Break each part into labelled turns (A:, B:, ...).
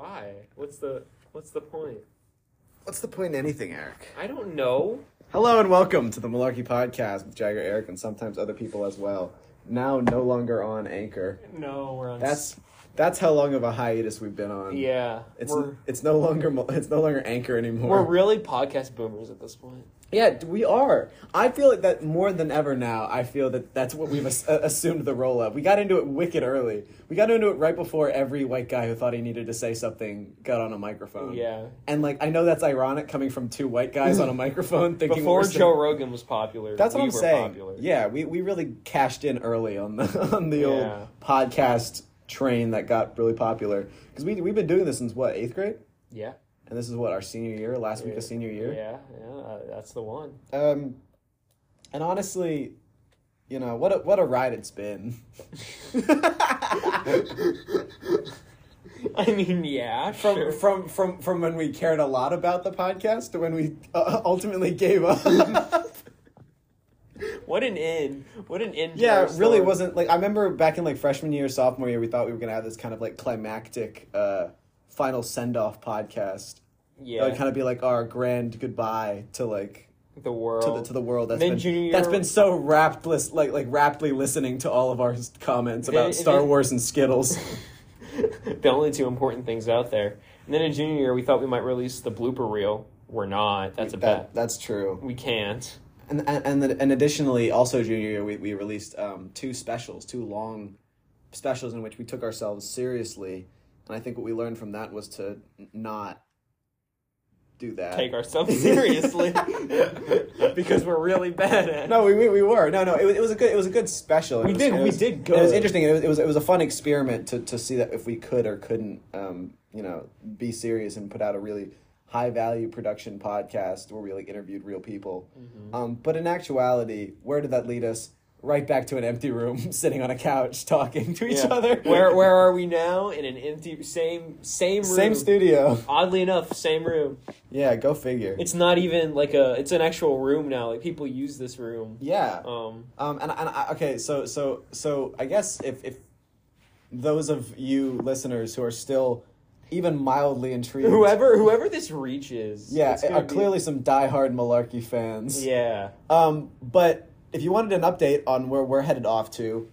A: why? What's the What's the point?
B: What's the point in anything, Eric?
A: I don't know.
B: Hello and welcome to the Malarkey Podcast with Jagger Eric and sometimes other people as well. Now no longer on Anchor.
A: No, we're on.
B: That's that's how long of a hiatus we've been on.
A: yeah.
B: It's
A: we're
B: it's no longer mo- it's no longer Anchor anymore.
A: we're really podcast boomers at this point.
B: yeah, d- we are. I feel like that more than ever now. I feel that that's what we've as- uh, assumed the role of. We got into it wicked early. We got into it right before every white guy who thought he needed to say something got on a microphone.
A: Yeah.
B: And like I know that's ironic coming from two white guys on a microphone thinking what
A: Before
B: we're saying-
A: Joe Rogan was popular,
B: That's what
A: we
B: I'm
A: were
B: saying.
A: Popular.
B: Yeah, we, we really cashed in early on the on the
A: Yeah.
B: old podcast train that got really popular because we we've been doing this since what eighth grade,
A: Yeah.
B: and this is what our senior year, last week
A: Yeah.
B: of senior
A: Yeah.
B: year.
A: Yeah. uh, that's the one.
B: Um, and honestly, you know what a, what a ride it's been.
A: I mean, yeah.
B: From,
A: sure.
B: from from from when we cared a lot about the podcast to when we uh, ultimately gave up.
A: what an end. What an end. to
B: yeah,
A: our
B: it really
A: story.
B: wasn't like I remember back in like freshman year, sophomore year, we thought we were gonna have this kind of like climactic uh, final send off podcast.
A: Yeah.
B: That would kind of be like our grand goodbye to like
A: the world.
B: to the to the world that's
A: Then
B: been
A: junior year-
B: that's been so raptless like like raptly listening to all of our s- comments
A: Then-
B: about
A: and
B: Star
A: then-
B: Wars and Skittles.
A: the only two important things out there. And then in junior year, we thought we might release the blooper reel. We're not. That's a bet.
B: that that's true.
A: We can't.
B: And and and, then- and additionally, also junior year, we we released um, two specials, two long specials in which we took ourselves seriously, and I think what we learned from that was to n- not do that.
A: Take ourselves seriously because we're really bad at. it.
B: No, we, we, we were no no. It was, it was a good it was a good special. It
A: We
B: was-
A: did-
B: it
A: we
B: was-
A: did
B: It was
A: good.
B: interesting. It was, it was it was a fun experiment to, to see that if we could or couldn't, um, you know, be serious and put out a really high value production podcast where we like interviewed real people.
A: Mm-hmm.
B: Um, but in actuality, where did that lead us? Right back to an empty room, sitting on a couch, talking to each
A: Yeah.
B: other.
A: Where where are we now? In an empty same same room.
B: same studio?
A: Oddly enough, same room.
B: Yeah, go figure.
A: It's not even like a. It's an actual room now. Like people use this room.
B: yeah.
A: Um.
B: Um, and and I, okay, so so so I guess if if those of you listeners who are still even mildly intrigued,
A: Whoever whoever this reaches.
B: yeah,
A: it's gonna
B: are
A: be-
B: clearly some diehard Malarkey fans.
A: Yeah.
B: Um, but if you wanted an update on where we're headed off to,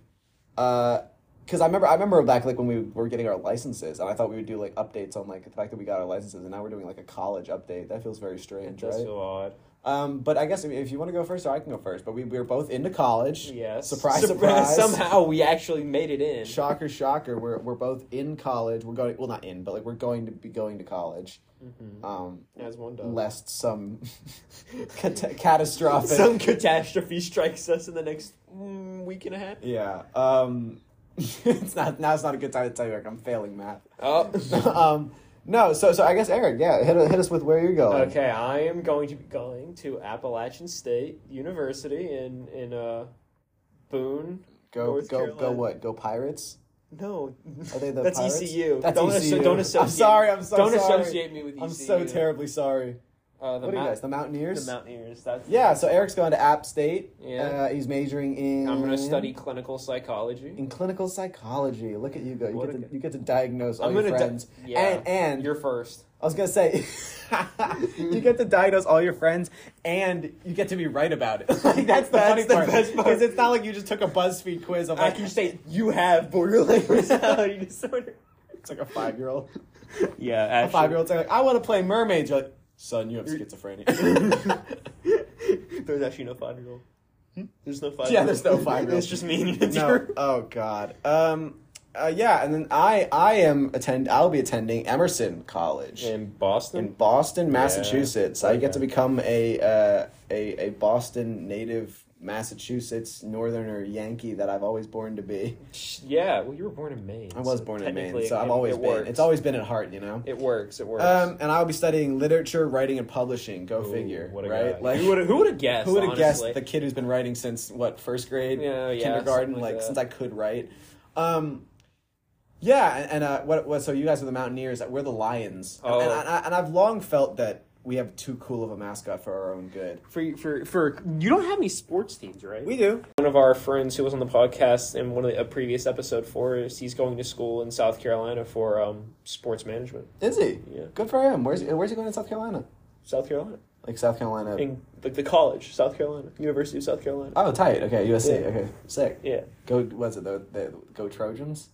B: uh. Cause I remember, I remember back like when we were getting our licenses, and I thought we would do like updates on like the fact that we got our licenses, and now we're doing like a college update. That feels very strange,
A: That's
B: right?
A: so odd.
B: um, but I guess if- if you want to go first, or I can go first. But we, we were both into college.
A: Yes.
B: Surprise, surprise.
A: Somehow we actually made it in.
B: shocker shocker we're, we're both in college we're going well not in but like we're going to be going to college
A: Mm-hmm.
B: um
A: As one does.
B: lest some cat- catastrophic
A: Some catastrophe strikes us in the next mm, week and a half.
B: yeah um it's not now it's not a good time to tell you Eric, i'm failing math
A: Oh.
B: um no so so i guess eric yeah hit, hit us with where you're going
A: okay, I am going to be going to Appalachian State University in in uh, Boone.
B: go
A: North
B: go go
A: Carolina.
B: what go pirates
A: No,
B: are they the
A: that's
B: pirates?
A: ECU.
B: That's
A: don't asso-
B: ECU.
A: don't associate.
B: i'm sorry i'm so
A: don't
B: sorry
A: associate me with ECU.
B: i'm so terribly sorry
A: Uh, the
B: what are you
A: Mount-
B: guys the mountaineers
A: The Mountaineers. That's
B: Yeah, so Eric's going to App State.
A: Yeah.
B: Uh, he's majoring in.
A: I'm going to study clinical psychology.
B: in clinical psychology. Look at you go! You
A: What a
B: get to
A: good-
B: you get to diagnose all
A: I'm
B: your
A: gonna di-
B: friends.
A: Yeah.
B: And and
A: You're first.
B: I was gonna say, you get to diagnose all your friends, and you get to be right about it. like that's the
A: That's
B: funny
A: the
B: part.
A: best part.
B: Because it's not like you just took a BuzzFeed quiz. of
A: I
B: like
A: can say
B: you have borderline
A: personality disorder.
B: it's like a five year old.
A: Yeah,
B: A five year old's like, I want to play mermaids. You're like, son, you have schizophrenia.
A: there's actually no five year old. There's no five.
B: Hmm? Yeah, there's no five-year-old.
A: It's just me and it's
B: no.
A: your-
B: Oh God. Um. Uh, yeah, and then I I am attend. I'll be attending Emerson College
A: In Boston.
B: in Boston, Massachusetts. I get to
A: Okay.
B: become a uh, a a Boston native, Massachusetts Northerner Yankee that I've always born to be.
A: yeah. Well, you were born in Maine.
B: I was
A: so
B: born in Maine,
A: technically
B: so I've
A: it-
B: always
A: it
B: been.
A: works.
B: It's always been at heart, you know.
A: It works. It works.
B: Um, and I'll be studying literature, writing, and publishing. Go
A: Ooh,
B: figure,
A: What a
B: right?
A: guy.
B: Like,
A: who would who would have guessed?
B: who would have guessed
A: honestly?
B: the kid who's been writing since what first grade,
A: Yeah, yeah,
B: kindergarten,
A: something
B: like,
A: like that.
B: since I could write. Um, yeah, and, and uh, what, what? So you guys are the Mountaineers. We're the Lions,
A: Oh.
B: and, and, I, and I've long felt that we have too cool of a mascot for our own good.
C: For for for you don't have any sports teams, right?
B: We do.
A: One of our friends who was on the podcast in one of the a previous episode for us, he's going to school in South Carolina for um, sports management.
B: Is he?
A: Yeah.
B: Good for him. Where's where's he going in South Carolina?
A: South Carolina,
B: Like South Carolina.
A: in like the college, South Carolina, University of South Carolina.
B: Oh, tight. Okay, USC.
A: Yeah.
B: Okay, sick.
A: Yeah,
B: Go. Was it the, the Go Trojans?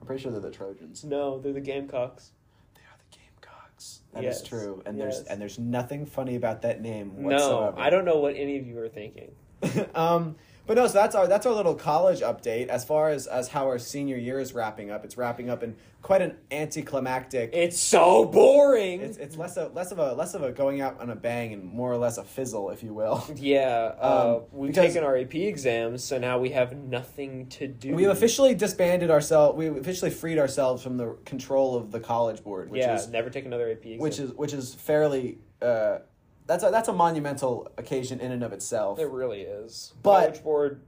B: I'm pretty sure they're the Trojans.
A: no, they're the Gamecocks.
B: They are the Gamecocks. That is
A: Yes.
B: true. And
A: Yes.
B: there's and there's nothing funny about that name
A: No,
B: whatsoever.
A: I don't know what any of you are thinking.
B: um, but no, so that's our that's our little college update as far as as how our senior year is wrapping up. It's wrapping up in quite an anticlimactic.
A: It's so boring.
B: It's it's less of less of a less of a going out on a bang and more or less a fizzle, if you will.
A: yeah, uh,
B: Um,
A: we've
B: because-
A: taken our AP exams, so now we have nothing to do.
B: We've officially disbanded ourselves. We officially freed ourselves from the control of the college board, which
A: yeah,
B: is
A: never take another AP exam.
B: which is which is fairly. Uh, that's a, that's a monumental occasion in and of itself.
A: It really is.
B: But-
A: College board.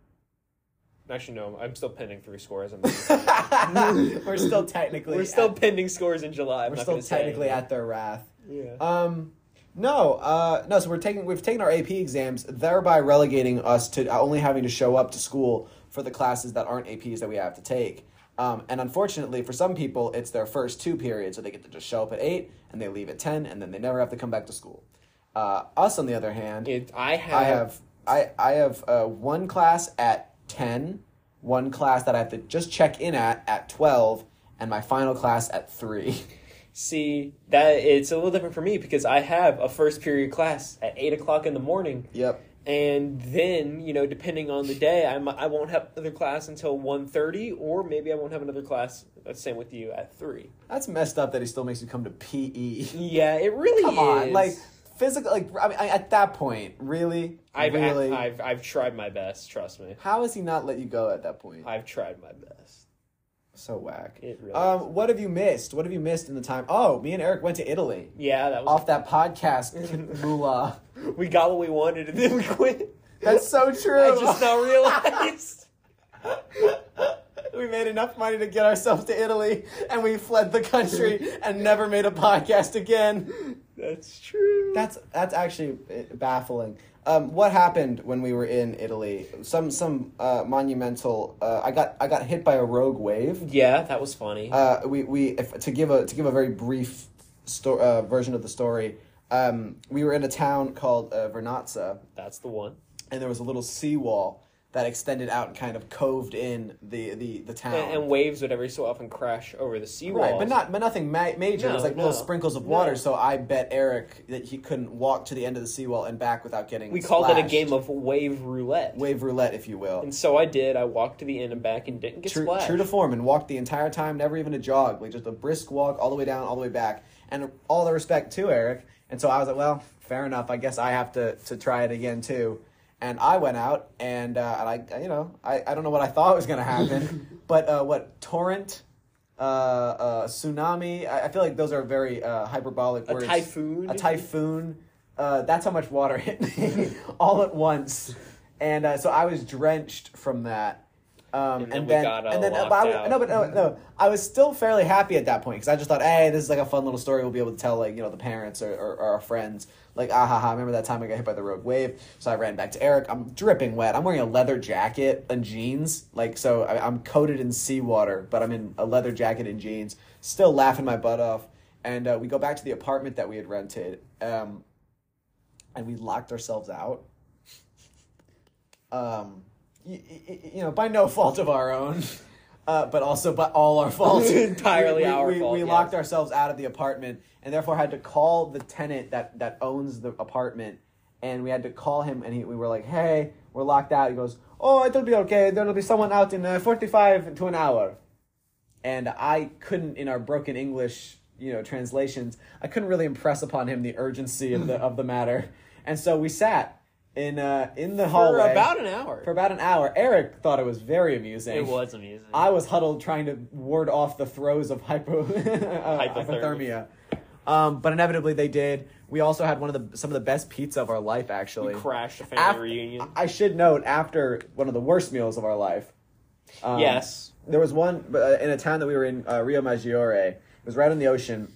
A: Actually, no. I'm still pending three scores. I'm
B: we're still technically
A: we're still
B: at,
A: pending scores in July. I'm
B: we're
A: not
B: still
A: gonna say
B: technically
A: anything.
B: at their wrath.
A: Yeah.
B: Um, no, uh, no. So we're taking we've taken our AP exams, thereby relegating us to uh, only having to show up to school for the classes that aren't APs that we have to take. Um, and unfortunately, for some people, it's their first two periods, so they get to just show up at eight and they leave at ten, and then they never have to come back to school. Uh, us, on the other hand,
A: It- I have.
B: I have I I have uh, one class at ten, one class that I have to just check in at at twelve, and my final class at three.
A: See that it's a little different for me because I have a first period class at eight o'clock in the morning,
B: yep.
A: and then you know depending on the day, I mi- I won't have another class until 1.30, or maybe I won't have another class. uh, Same with you at three.
B: That's messed up that he still makes you come to PE.
A: Yeah, it really
B: Come
A: is.
B: on, like physical, like I mean, I- at that point, really,
A: I've,
B: really,
A: I've I've tried my best. Trust me,
B: how has he not let you go at that point?
A: I've tried my best.
B: So whack.
A: It really is.
B: Um, what have you missed? What have you missed in the time? Oh, me and Eric went to Italy
A: Yeah, that was
B: off that podcast, Moolah.
A: We got what we wanted and then we quit.
B: That's so true.
A: I just now realized.
B: we made enough money to get ourselves to Italy, and we fled the country and never made a podcast again.
A: That's true.
B: That's that's actually uh, baffling. Um, what happened when we were in Italy? Some some uh, monumental. Uh, I got I got hit by a rogue wave.
A: yeah, that was funny.
B: Uh, we we if, to give a to give a very brief sto- uh, version of the story. Um, we were in a town called uh, Vernazza,
A: That's the one.
B: and there was a little seawall that extended out and kind of coved in the the the town.
A: And, and waves would every so often crash over the seawall.
B: Right, but not but nothing ma- major. it was
A: No,
B: like little
A: no.
B: sprinkles of water.
A: No.
B: So I bet Eric that he couldn't walk to the end of the seawall and back without getting.
A: We called it a
B: splashed.
A: game of wave roulette.
B: wave roulette, if you will.
A: And so I did. I walked to the end and back and didn't get
B: True,
A: splashed.
B: true to form, and walked the entire time, never even a jog, like just a brisk walk all the way down, all the way back, and all the respect to Eric. And so I was like, well, fair enough. I guess I have to to try it again too. And I went out, and uh, and I, you know, I, I don't know what I thought was gonna happen, but uh, what torrent, uh, uh, tsunami. I, I feel like those are very uh, hyperbolic
A: a
B: words.
A: typhoon.
B: A typhoon. Uh, that's how much water hit me all at once, and uh, so I was drenched from that.
A: And
B: Um, and,
A: then
B: then,
A: we got all
B: and then, uh,
A: locked
B: but I, w-
A: out.
B: no, but no, no, I was still fairly happy at that point because I just thought, hey, this is like a fun little story we'll be able to tell, like you know, the parents or, or, or our friends. Like, ah, ha, ha, remember that time I got hit by the rogue wave? So I ran back to Eric. I'm dripping wet. I'm wearing a leather jacket and jeans. Like, so I, I'm coated in seawater, but I'm in a leather jacket and jeans. Still laughing my butt off. And uh, we go back to the apartment that we had rented. Um, and we locked ourselves out. Um, y- y- y- you know, by no fault of our own, uh, but also by all our fault.
A: Entirely
B: we, we-
A: our
B: we-
A: fault,
B: We
A: yes.
B: locked ourselves out of the apartment, and therefore had to call the tenant that that owns the apartment, and we had to call him, and he, we were like, "Hey, we're locked out." He goes, "Oh, it'll be okay. There'll be someone out in uh, forty-five to an hour." and I couldn't, in our broken English, you know, translations, I couldn't really impress upon him the urgency of the of the matter. And so we sat in uh, in the
A: for
B: hallway
A: about an hour.
B: for about an hour. Eric thought it was very amusing.
A: it was amazing.
B: I was huddled trying to ward off the throes of hypo, uh,
A: Hypothermia.
B: hypothermia. Um, but inevitably they did. We also had one of the some of the best pizza of our life actually.
A: crashed a family
B: Af-
A: reunion.
B: I should note after one of the worst meals of our life. Um,
A: yes.
B: there was one uh, in a town that we were in, uh, Rio Maggiore. It was right on the ocean,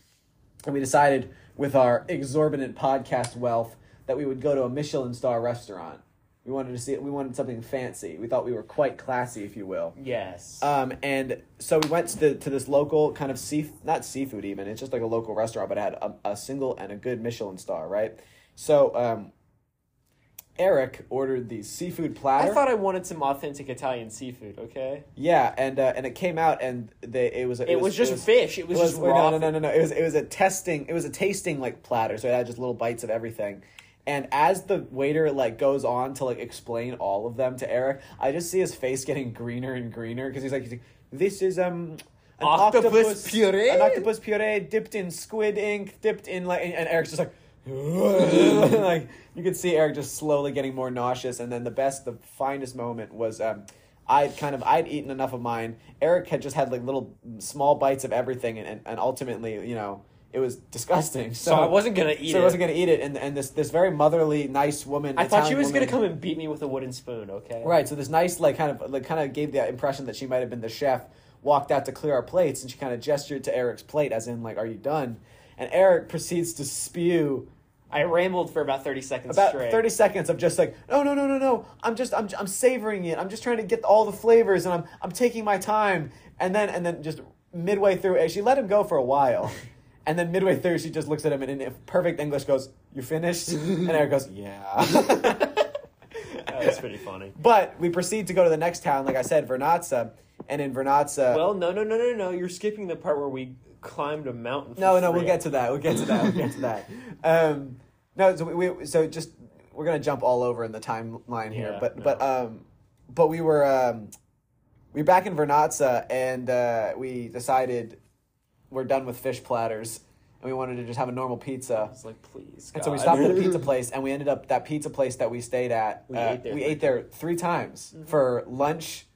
B: and we decided with our exorbitant podcast wealth that we would go to a Michelin star restaurant. We wanted to see we wanted something fancy. We thought we were quite classy, if you will.
C: Yes.
B: Um, and so we went to, the, to this local kind of sea not seafood even it's just like a local restaurant but it had a, a single and a good Michelin star right. So um, Eric ordered the seafood platter.
A: I thought I wanted some authentic Italian seafood. Okay,
B: yeah, and uh, and it came out and they it was
A: it, was, just fish. It was,
B: It was,
A: just
B: wait,
A: raw.
B: no, no, no, no, no. It was it was a testing. It was a tasting like platter, so it had just little bites of everything. And as the waiter like goes on to like explain all of them to Eric, I just see his face getting greener and greener because he's like, he's like, "This is um." An
A: Octopus puree?
B: an octopus puree dipped in squid ink, dipped in like, and, and Eric's just like, like you could see Eric just slowly getting more nauseous. And then the best, the finest moment was um, I'd kind of I'd eaten enough of mine. Eric had just had like little small bites of everything, and, and, and ultimately, you know, it was disgusting. So,
A: So I wasn't gonna eat
B: so
A: it.
B: I wasn't gonna eat it. And and this this very motherly, nice woman.
A: I thought she
B: Italian
A: was
B: woman-
A: gonna come and beat me with a wooden spoon. Okay,
B: Right. So this nice, like, kind of, like, kind of gave the impression that she might have been the chef. Walked out to clear our plates, and she kind of gestured to Eric's plate, as in, like, "Are you done?" And Eric proceeds to spew
A: I rambled for about thirty seconds
B: about
A: straight.
B: 30 seconds of just like no no no no no i'm just I'm, I'm savoring it i'm just trying to get all the flavors and i'm i'm taking my time and then and then just midway through and she let him go for a while and then midway through she just looks at him and in perfect english goes you finished and eric goes yeah
A: That was pretty funny.
B: but we proceed to go to the next town like i said vernazza and in vernazza
A: Well, no, no, no, no, no. You're skipping the part where we climbed a mountain. for
B: No, no, we'll
A: free.
B: get to that. We'll get to that. We'll get to that. Um, no, so we, we so just we're gonna jump all over in the timeline here,
A: Yeah,
B: but
A: no.
B: but um, but we were um, we were back in Vernazza and uh, we decided we're done with fish platters and we wanted to just have a normal
A: I
B: pizza.
A: was like, please.
B: And so we
A: God.
B: stopped at a pizza place and we ended up that pizza place that we stayed at.
A: We
B: uh,
A: ate there
B: we
A: three
B: ate there three times for lunch,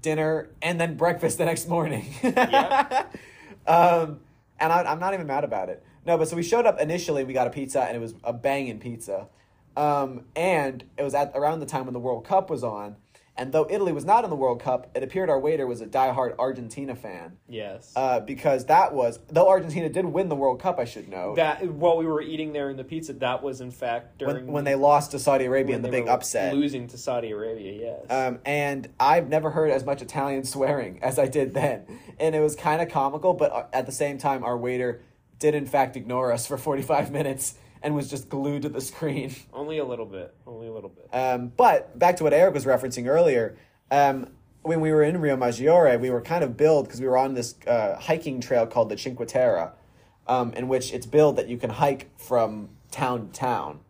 B: dinner, and then breakfast the next morning.
A: Yeah.
B: um, and I, I'm not even mad about it. No, but so we showed up initially. We got a pizza, and it was a banging pizza. Um, and it was at around the time when the World Cup was on. And though Italy was not in the World Cup, it appeared our waiter was a diehard Argentina fan
A: Yes.
B: uh, because that was though Argentina did win the World Cup. I should know
A: that while we were eating there in the pizza, that was in fact during
B: when, when they lost to Saudi Arabia
A: when
B: in the
A: they
B: big
A: were
B: upset.
A: losing to Saudi Arabia. Yes.
B: Um, and I've never heard as much Italian swearing as I did then. And it was kind of comical, but uh, at the same time, our waiter did in fact ignore us for 45 minutes and was just glued to the screen.
A: Only a little bit. Only a little bit.
B: Um, but back to what Eric was referencing earlier, um, when we were in Rio Maggiore, we were kind of billed because we were on this uh, hiking trail called the Cinque Terre, um, in which it's billed that you can hike from town to town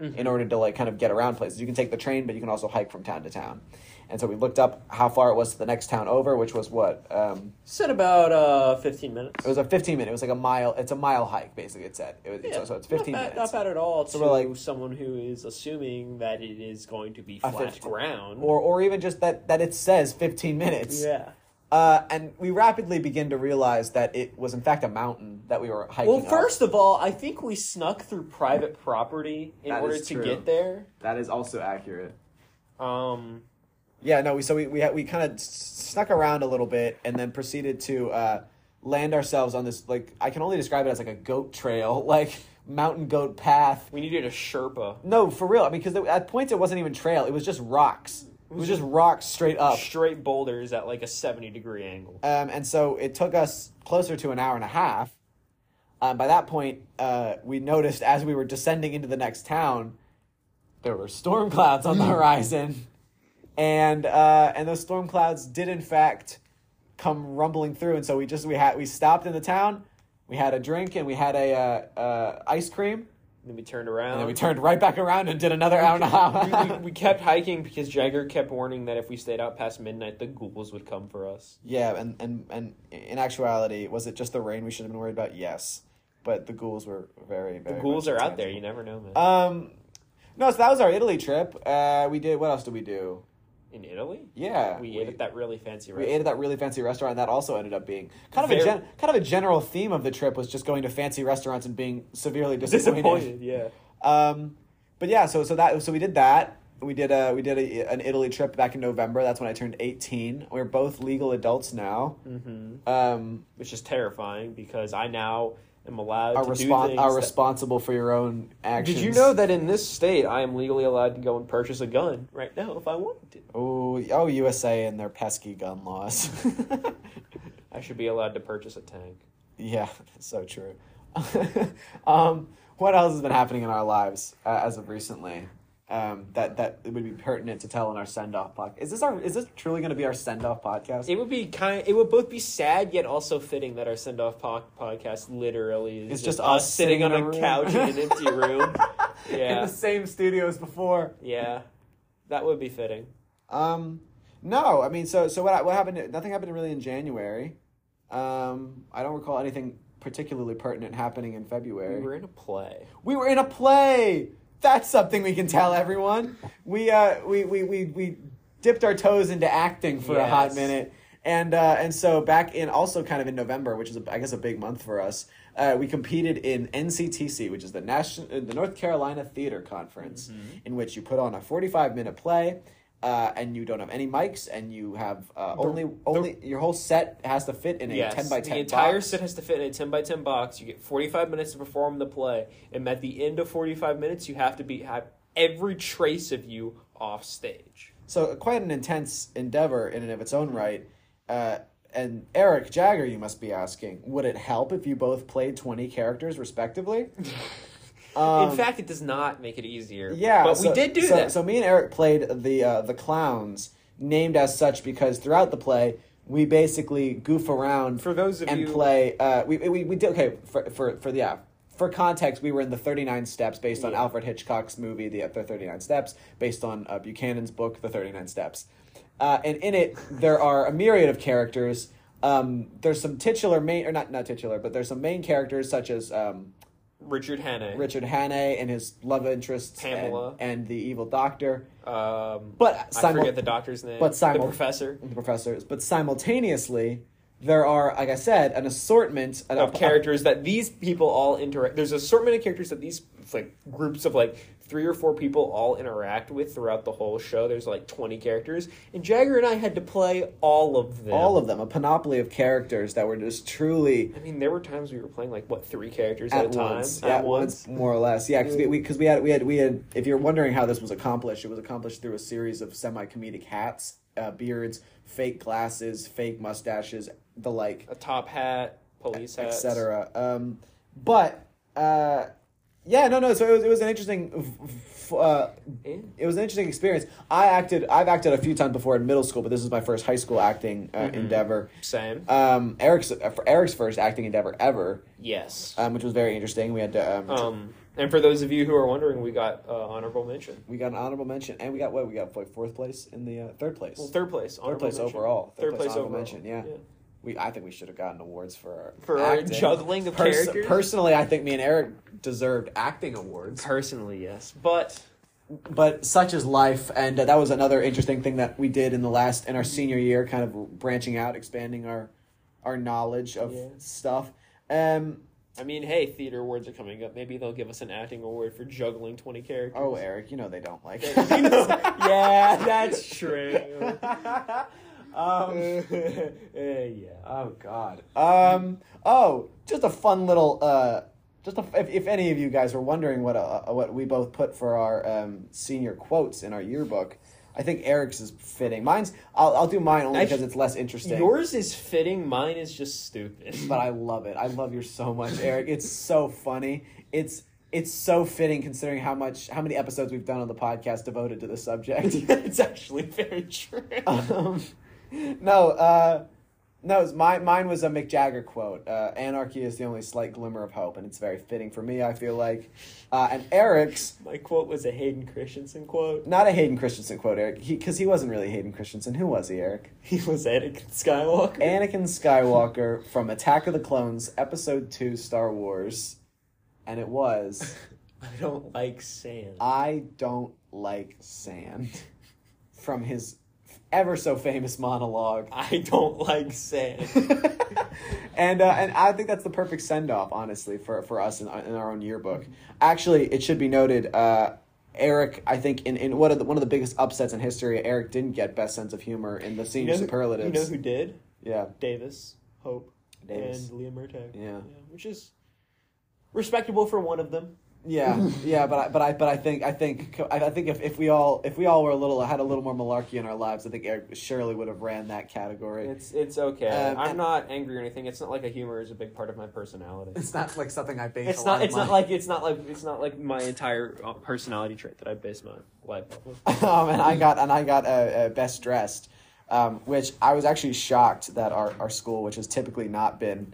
A: Mm-hmm.
B: in order to like kind of get around places. You can take the train, but you can also hike from town to town. And so we looked up how far it was to the next town over, which was what um,
A: Said about uh, fifteen minutes.
B: it was a fifteen minute. It was like a mile. It's a mile hike, basically. It said it was, so, so it's fifteen
A: not bad,
B: minutes.
A: Not bad at all to
B: we're like-
A: someone who is assuming that it is going to be flat
B: 15
A: ground.
B: or, or even just that, that it says 15 minutes.
A: yeah.
B: Uh, and we rapidly begin to realize that it was in fact a mountain that we were hiking.
A: Well, first of all, I think we snuck through private property in
B: That
A: order
B: is
A: to
B: true.
A: get there.
B: that is also accurate.
A: Um,
B: Yeah, no. We, so we we, had- we kind of snuck around a little bit and then proceeded to uh, land ourselves on this like I can only describe it as like a goat trail, like mountain goat path.
A: we needed a Sherpa.
B: No, for real. I mean, because at points it wasn't even trail; it was just rocks. It was just rocks straight up.
A: Straight boulders at like a 70 degree angle.
B: Um, and so it took us closer to an hour and a half. Um, by that point, uh, we noticed as we were descending into the next town, there were storm clouds on the
A: Mm.
B: horizon, and uh, and those storm clouds did in fact come rumbling through. And so we just we had we stopped in the town, we had a drink, and we had a uh, uh, ice cream,
A: Then we turned around.
B: and then we turned right back around and did another hour and a half.
A: Uh-huh. we, we, we kept hiking because Jagger kept warning that if we stayed out past midnight, the ghouls would come for us.
B: Yeah, and, and, and in actuality, was it just the rain we should have been worried about? Yes. But the ghouls were very, very.
A: The ghouls
B: much
A: are out there. You
B: tangible.
A: never know, man.
B: Um, no, so that was our Italy trip. Uh, we did. What else did we do?
A: in Italy,
B: Yeah,
A: we,
B: we-
A: ate at that really fancy
B: We
A: restaurant.
B: ate at that really fancy restaurant, and that also ended up being kind of a
A: Very-
B: gen- kind of a general theme of the trip was just going to fancy restaurants and being severely disappointed.
A: Disappointed, yeah.
B: Um, but yeah, so so that so we did that. We did a we did a, an Italy trip back in November. That's when I turned eighteen. We're both legal adults now. Mm-hmm. Um,
A: Which is terrifying because I now am allowed
B: Are,
A: to do
B: respon-
A: things.
B: are
A: that-
B: responsible for your own actions.
A: Did you know that in this state, I am legally allowed to go and purchase a gun right now if I wanted to?
B: Oh, oh, USA and their pesky gun laws.
A: I should be allowed to purchase a tank.
B: yeah, so true. um, what else has been happening in our lives uh, as of recently? Um, that that it would be pertinent to tell in our send off podcast. Is this our? Is this truly going to be our send off podcast?
A: It would be kind. It would both be sad yet also fitting that our send off po- podcast literally is
B: It's just us sitting
A: on
B: in
A: a
B: a room.
A: couch in an empty room.
B: In
A: Yeah,
B: the same studio as before.
A: yeah, that would be fitting.
B: Um, no, I mean, so so what what happened? Nothing happened really in January. Um, I don't recall anything particularly pertinent happening in February.
A: We were in a play.
B: We were in a play. That's something we can tell everyone. We uh we we we, we dipped our toes into acting for a hot
A: Yes.
B: minute. And uh, and so back in also kind of in November, which is a, I guess a big month for us, uh, we competed in NCTC, which is the national uh, the North Carolina Theater Conference,
A: Mm-hmm.
B: in which you put on a forty five minute play, uh, and you don't have any mics, and you have uh, only only your whole set has to fit in a
A: Yes,
B: ten by ten.
A: the entire
B: box.
A: set has to fit in a ten by ten box. You get forty five minutes to perform the play, and at the end of forty five minutes, you have to be have every trace of you off stage.
B: So quite an intense endeavor in and of its own right. Uh, and Eric Jagger, you must be asking, would it help if you both played twenty characters respectively?
A: in fact, it does not make it easier.
B: Um, Yeah,
A: but
B: so-
A: we did do
B: so,
A: that.
B: So me and Eric played the uh, the clowns, named as such because throughout the play we basically goof around
A: For those of
B: and
A: you-
B: play. Uh, we, we we did okay for for for yeah. For context, we were in the Thirty Nine Steps, based on Alfred Hitchcock's movie The Thirty Nine Steps, based on uh, Buchanan's book The Thirty Nine Steps, uh, and in it there are a myriad of characters. Um, there's some titular main or not not titular, but there's some main characters such as um,
A: Richard Hannay.
B: Richard Hannay and his love interests and-
A: Pamela.
B: and, the evil doctor,
A: Um,
B: but
A: I
B: simul-
A: forget the doctor's name.
B: but simul-
A: the professor
B: the professors. But simultaneously, there are, like I said, an assortment an
A: of
B: a- a-
A: characters that these people all interact. There's an assortment of characters that these like groups of like three or four people all interact with throughout the whole show. There's like 20 characters, and Jagger and I had to play all of them.
B: all of them, a panoply of characters that were just truly
A: I mean, there were times we were playing like what three characters at,
B: at,
A: a time
B: once, at once, more or less. Yeah, because we because we, had we had we had. If you're wondering how this was accomplished, it was accomplished through a series of semi-comedic hats, uh, beards, fake glasses, fake mustaches, the like.
A: A top hat, police hat,
B: etc. Um, but uh, yeah, no, no. So it was, it was an interesting, f- f- uh,
A: Yeah.
B: it was an interesting experience. I acted, I've acted a few times before in middle school, but this is my first high school acting uh, endeavor.
A: Same.
B: Um, Eric's uh, for Eric's first acting endeavor ever,
A: yes.
B: um, which was very interesting. We had to, um,
A: um, and for those of you who are wondering, we got uh, honorable mention.
B: we got an honorable mention, and we got what we got like fourth place in the uh, third place.
A: Well, third place.
B: Third
A: honorable
B: place
A: mention.
B: overall.
A: Third, place,
B: honorable
A: overall.
B: mention. Yeah. we I think we should have gotten awards for our
A: For our
B: acting.
A: juggling of characters?
B: Personally, I think me and Eric deserved acting awards.
A: Personally, yes, but
B: but such is life and uh, that was another interesting thing that we did in the last in our senior year kind of branching out expanding our our knowledge of
A: Yeah.
B: stuff um
A: I mean, hey, theater awards are coming up. Maybe they'll give us an acting award for juggling twenty characters.
B: oh eric you know they don't like it
A: yeah, that's true.
B: um,
A: yeah.
B: oh god um oh just a fun little uh just a, if, if any of you guys were wondering what uh, what we both put for our um, senior quotes in our yearbook i think eric's is fitting mine's i'll, I'll do mine only because
A: Actually,
B: it's less interesting
A: Yours is fitting. Mine is just stupid.
B: but I love it. I love yours so much, Eric. It's so funny. It's it's so fitting considering how much how many episodes we've done on the podcast devoted to the subject.
A: it's actually very true.
B: um, no, uh, no, it's my, mine was a Mick Jagger quote. Uh, Anarchy is the only slight glimmer of hope, and it's very fitting for me. I feel like, uh, and Eric's
A: My quote was a Hayden Christensen quote.
B: not a Hayden Christensen quote, Eric, because he, wasn't really Hayden Christensen. Who was he, Eric?
A: He was Anakin Skywalker.
B: Anakin Skywalker from Attack of the Clones, Episode Two, Star Wars, and it was.
A: I don't like sand.
B: I don't like sand. From his ever so famous monologue.
A: I don't like sand.
B: and uh, and I think that's the perfect send off, honestly, for, for us in, in our own yearbook. Actually, it should be noted, uh, Eric, I think in, in one of the one of the biggest upsets in history, Eric didn't get best sense of humor in the
A: You
B: senior
A: know, who- you
B: superlatives.
A: know who did?
B: yeah,
A: Davis, Hope,
B: Davis.
A: and Leah Murtagh.
B: Yeah.
A: which is respectable for one of them.
B: Yeah, yeah, but I, but I, but I think, I think, I I think if, if we all, if we all were a little, had a little more malarkey in our lives, I think Eric surely would have ran that category.
A: It's it's okay.
B: Um,
A: I'm
B: and-
A: not angry or anything. It's not like a humor is a big part of my personality.
B: It's not like something I base.
A: It's
B: a
A: not.
B: lot of
A: It's not
B: my-
A: like. It's not like. It's not like my entire uh, personality trait that I base my life off of.
B: um, and I got and I got uh, uh, best dressed, um, which I was actually shocked that our, our school, which has typically not been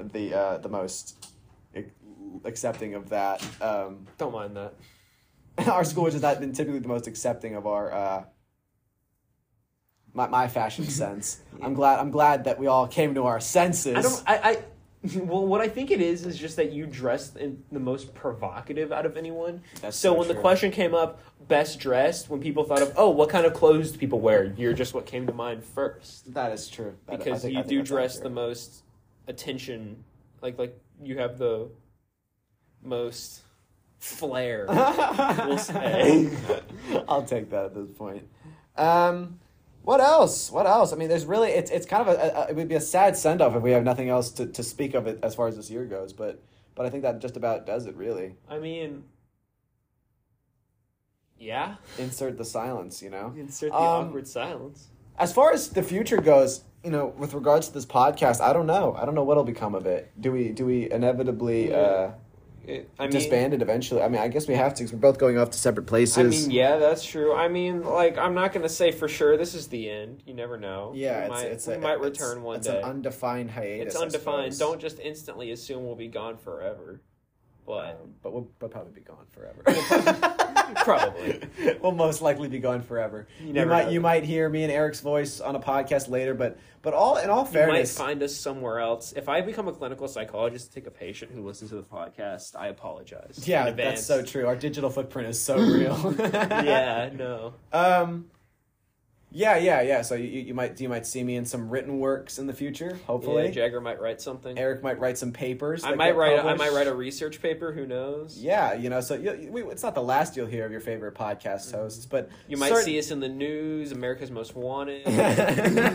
B: the uh, the most ac- accepting of that, um,
A: Don't mind that.
B: our school, which has not been typically the most accepting of our uh, my, my fashion sense. I'm glad I'm glad that we all came to our senses.
A: I don't. I. I well, what I think it is is just that you dressed in the most provocative out of anyone.
B: That's
A: so
B: so
A: when the
B: true.
A: question came up, best dressed, when people thought of, oh, what kind of clothes do people wear? You're just what came to mind first.
B: that is true That- I
A: because
B: think- I
A: you
B: think
A: do
B: that's
A: dress the
B: accurate.
A: most attention like like you have the most flair we'll say
B: I'll take that at this point. Um, what else? What else? I mean, there's really it's it's kind of a, a it would be a sad send off if we have nothing else to, to speak of it as far as this year goes. But but I think that just about does it. Really,
A: i mean yeah
B: insert the silence. You know,
A: insert the
B: Um,
A: awkward silence
B: As far as the future goes, you know, with regards to this podcast, I don't know. I don't know what'll become of it. Do we do we inevitably uh,
A: i mean
B: disband it eventually? I mean, I guess we have to because we're both going off to separate places.
A: i mean yeah that's true i mean like i'm not gonna say for sure this is the end you never know
B: yeah,
A: we
B: it's,
A: might,
B: it's
A: we
B: a-
A: might
B: it's-
A: return one
B: it's
A: day
B: an undefined hiatus.
A: it's
B: I
A: undefined
B: suppose.
A: don't just instantly assume we'll be gone forever but
B: Um, but we'll, we'll probably be gone forever.
A: probably
B: we'll most likely be gone forever. You,
A: never
B: might
A: know.
B: you might hear me and Eric's voice on a podcast later, but but all in all
A: you might
B: fairness,
A: find us somewhere else. If I become a clinical psychologist to take a patient who listens to the podcast, I apologize. in
B: yeah,
A: advance.
B: that's so true. Our digital footprint is so real.
A: yeah, no.
B: Um. Yeah, yeah, yeah. So you, you might you might see me in some written works in the future. Hopefully,
A: Yeah, Jagger might write something.
B: Eric might write some papers.
A: I
B: that
A: might
B: get
A: write. I
B: published.
A: might write a research paper. Who knows?
B: Yeah, you know, so you, we, it's not the last you'll hear of your favorite podcast hosts, but
A: Mm-hmm. You might
B: cer-
A: see us in the news. America's Most Wanted.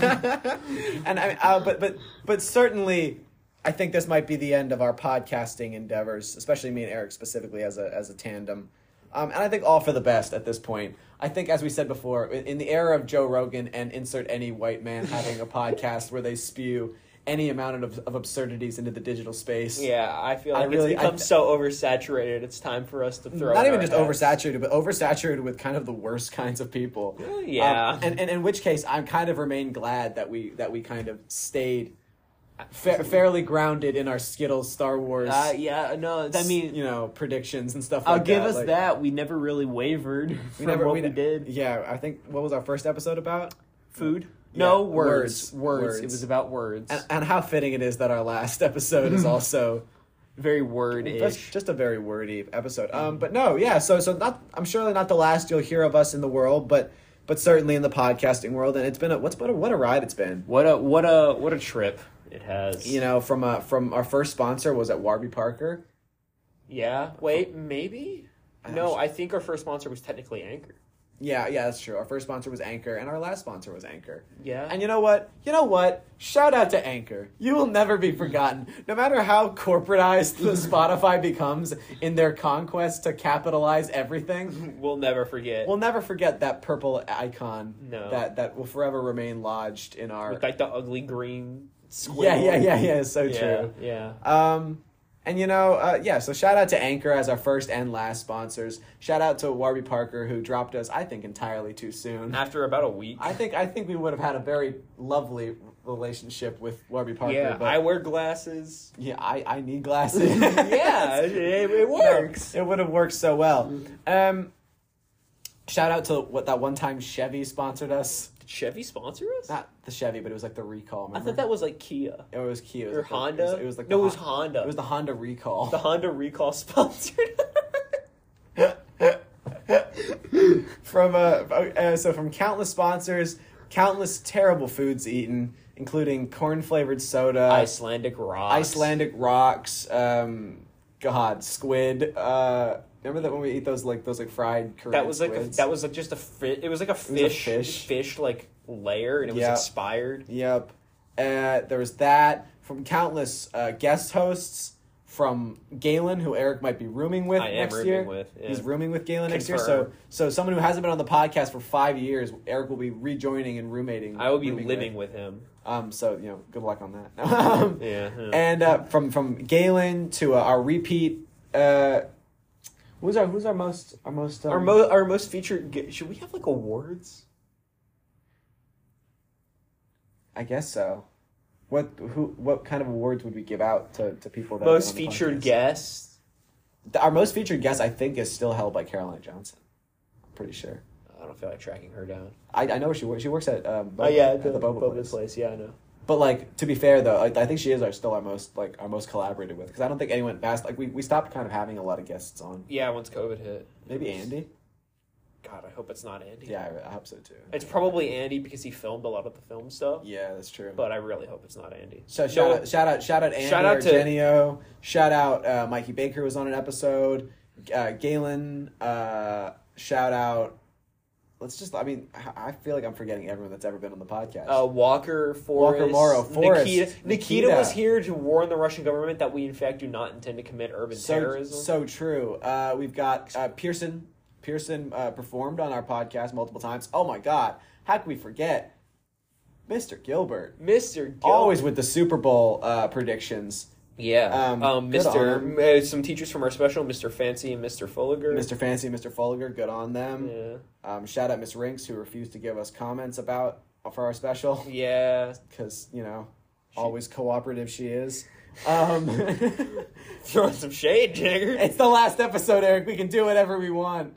B: and I, uh, but but but certainly, I think this might be the end of our podcasting endeavors, especially me and Eric specifically as a as a tandem. Um, and I think all for the best at this point. I think, as we said before, in in the era of Joe Rogan and insert any white man having a podcast where they spew any amount of, of absurdities into the digital space.
A: yeah, I feel
B: I
A: like
B: really-
A: it's become
B: I-
A: so oversaturated. It's time for us to throw.
B: not
A: in
B: even
A: our
B: just
A: hats.
B: oversaturated, but oversaturated with kind of the worst kinds of people.
A: Uh, yeah.
B: Um, and, and in which case, I'm kind of remain glad that we that we kind of stayed fa- fairly grounded in our Skittles Star Wars.
A: Uh, yeah, no. I mean,
B: you know, predictions and stuff.
A: I'll
B: like
A: give
B: that.
A: us
B: like-
A: that. We never really wavered from what we,
B: ne-
A: did.
B: Yeah, I think what was our first episode about?
A: Food. No
B: Yeah,
A: words,
B: words,
A: words. It
B: words.
A: was about words.
B: And, and how fitting it is that our last episode is also
A: Very word
B: That's
A: ish.
B: just a very wordy episode. Um, but no, yeah. So, so not. I'm surely not the last you'll hear of us in the world, but but certainly in the podcasting world. And it's been a what's what a, what a ride it's been.
A: What a what a what a trip it has.
B: You know, from uh, from our first sponsor was at Warby Parker.
A: Yeah. Wait, maybe? No, I think our first sponsor was technically Anchor.
B: Yeah, yeah, that's true. Our first sponsor was Anchor, and our last sponsor was Anchor.
A: Yeah.
B: And you know what? You know what? Shout out to Anchor. You will never be forgotten. No matter how corporatized the Spotify becomes in their conquest to capitalize everything,
A: We'll never forget.
B: We'll never forget that purple icon.
A: No.
B: That that will forever remain lodged in our.
A: With like the ugly green squiggle.
B: yeah, yeah, yeah, yeah. So
A: Yeah,
B: true.
A: yeah.
B: Um, and you know, uh, yeah. So shout out to Anchor as our first and last sponsors. Shout out to Warby Parker who dropped us, I think, entirely too soon.
A: After about a week.
B: I think I think we would have had a very lovely relationship with Warby Parker.
A: yeah,
B: but
A: I wear glasses.
B: yeah, I, I need glasses.
A: yeah, it, it works. Mm-hmm.
B: No, it would have worked so well. Um, shout out to what that one time Chevy sponsored us.
A: Did Chevy sponsor us?
B: not the Chevy, but it was like the recall.
A: I
B: Remember?
A: thought that was like Kia.
B: it was Kia. It was
A: Or
B: like the-
A: Honda?
B: It was, it was like
A: no,
B: the
A: it was
B: Hon-
A: Honda.
B: It was the Honda recall.
A: the Honda recall sponsored.
B: from uh, uh, so from countless sponsors, countless terrible foods eaten, including corn flavored soda,
A: Icelandic rocks.
B: Uh, Icelandic rocks, um, God, squid. Uh, remember that when we eat those like those like fried Korean
A: That was like a,
B: squids?
A: that was like just a fi- it was like a
B: a
A: fish
B: fish.
A: fish like layer and it was
B: Yeah.
A: expired.
B: Yep. Uh, there was that from countless uh, guest hosts, from Galen, who Eric might be rooming with
A: I am
B: next
A: rooming
B: year.
A: with, yeah.
B: He's rooming with Galen next year. So,
A: Confirmed.
B: so someone who hasn't been on the podcast for five years, Eric will be rejoining and roommating.
A: I will be
B: rooming
A: living
B: With.
A: with him.
B: Um. So you know, good luck on that. um,
A: Yeah. yeah.
B: And uh, from from Galen to uh, our repeat. Uh, who's our who's our most our most um,
A: our mo- our most featured. ge- Should we have like awards?
B: I guess so. What who what kind of awards would we give out to, to people that have
A: most
B: been on the
A: featured
B: podcast?
A: guest.
B: Our most featured guest, I think, is still held by Caroline Johnson. I'm pretty sure.
A: I don't feel like tracking her down.
B: I, I know she works. She works at um, Boba,
A: Oh yeah,
B: at
A: the,
B: the, Boba, place.
A: Yeah, I know.
B: But like to be fair though, like, I think she is our still our most like our most collaborated with because I don't think anyone past like we, we stopped kind of having a lot of guests on.
A: Yeah, once COVID hit.
B: Maybe Andy.
A: God, I hope it's not Andy.
B: Yeah, I, I hope so too.
A: It's probably Andy because he filmed a lot of the film stuff.
B: Yeah, that's true.
A: But I really hope it's not Andy.
B: So shout
A: No,
B: out, shout out, shout out, Andy
A: Shout out to-
B: Argenio. shout out, uh, Mikey Baker was on an episode. Uh, Galen, uh, shout out. Let's just, I mean, I- I feel like I'm forgetting everyone that's ever been on the podcast.
A: Uh, Walker, Forrest,
B: Morrow, Forrest,
A: Nikita, Nikita.
B: Nikita.
A: was here to warn the Russian government that we, in fact, do not intend to commit urban
B: so,
A: terrorism.
B: so true. Uh, we've got uh, Pearson. Pearson uh, performed on our podcast multiple times. Oh my God, how could we forget Mr. Gilbert?
A: Mr. Gil-
B: Always with the Super Bowl uh, predictions.
A: yeah.
B: um,
A: Um,
B: good
A: Mr.
B: on
A: m- uh, some teachers from our special, Mr. Fancy and Mr. Fulliger.
B: Mr. Fancy, Mr. Folger, good on them.
A: Yeah.
B: Um, shout out Miss Rinks who refused to give us comments about for our special
A: Yeah.
B: because you know always cooperative she is. Um,
A: Throwing some shade, Jagger.
B: it's the last episode, Eric. We can do whatever we want.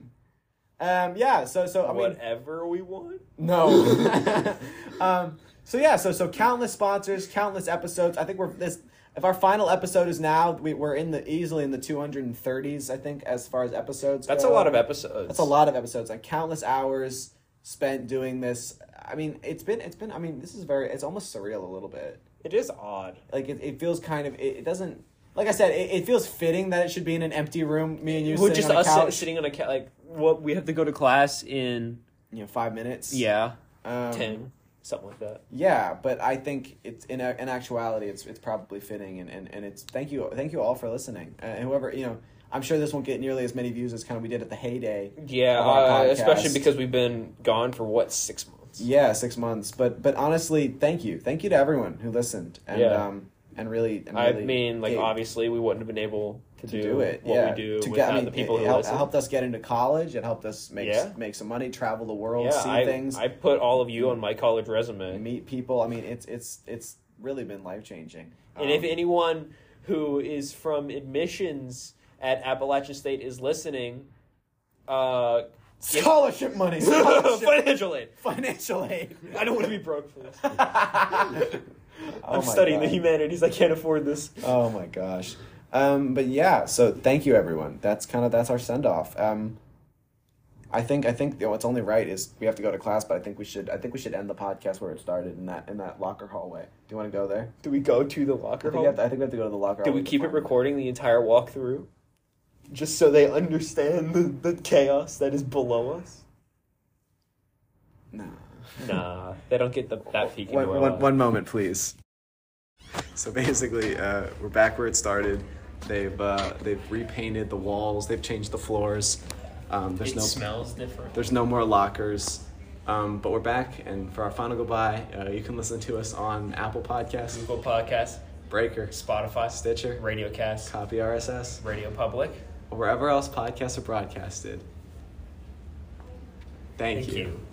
B: Um, yeah. So so I mean
A: Whatever we want.
B: no. um, so yeah. So so countless sponsors, countless episodes. I think we're this. If our final episode is now, we, we're in the easily in the 230s. I think as far as episodes.
A: That's a
B: go.
A: lot of episodes.
B: That's a lot of episodes, like countless hours spent doing this. I mean, it's been it's been. I mean, this is very. It's almost surreal a little bit.
A: It is odd.
B: Like it, it feels kind of. It, it doesn't. Like I said, it, it feels fitting that it should be in an empty room. Me and you
A: We're
B: sitting
A: just
B: on a
A: us sit-
B: couch.
A: sitting on a couch. Like, what? We have to go to class in.
B: you know, five minutes.
A: Yeah.
B: Um,
A: 10. Something like that.
B: Yeah, but I think it's in a- in actuality, it's it's probably fitting, and, and, and it's thank you thank you all for listening. Uh, and whoever you know, I'm sure this won't get nearly as many views as kind of we did at the heyday.
A: Yeah,
B: of our
A: uh,
B: podcast.
A: especially because we've been gone for what six months.
B: Yeah, six months. But but honestly, thank you, thank you to everyone who listened and
A: Yeah.
B: um and really. And
A: I
B: really
A: mean, like
B: gave-
A: obviously, we wouldn't have been able to,
B: to do it.
A: what
B: yeah,
A: we do
B: to
A: without
B: get, I mean,
A: the people
B: it,
A: who
B: help-
A: listen.
B: helped us get into college. It helped us make
A: Yeah.
B: make some money, travel the world,
A: yeah,
B: see
A: I,
B: things,
A: I put all of you on my college resume,
B: meet people. I mean, it's it's it's really been Um, life changing.
A: and if anyone who is from admissions at Appalachian State is listening, uh, get-
B: scholarship money, scholarship,
A: financial aid.
B: financial aid.
A: I don't want to be broke for this.
B: Oh
A: I'm
B: my
A: studying the
B: God.
A: humanities. I can't afford this.
B: Oh my gosh. Um, but yeah, so thank you everyone. That's kind of that's our send off. Um, I think I think you know, what's only right is we have to go to class, but I think we should I think we should end the podcast where it started in that in that locker hallway. Do you want to go there?
A: Do we go to the
B: I
A: locker
B: think, we
A: hall?
B: have to, I think we have to go to the locker.
A: Do
B: hallway
A: we keep it
B: department.
A: recording the entire walkthrough? Just so they understand the, the chaos that is below us? Nah, they don't get the, that peek
B: No.
A: into
B: One,
A: our
B: one,
A: lives.
B: one moment, please. So basically, uh, we're back where it started. They've uh, they've repainted the walls. They've changed the floors. Um, there's no
C: smells different.
B: There's no more lockers. Um, but we're back, and for our final goodbye, uh, you can listen to us on Apple Podcasts,
C: Google Podcast,
B: Breaker,
C: Spotify,
B: Stitcher,
C: RadioCast,
B: Copy RSS,
C: Radio Public.
B: or wherever else podcasts are broadcasted. Thank,
C: Thank you.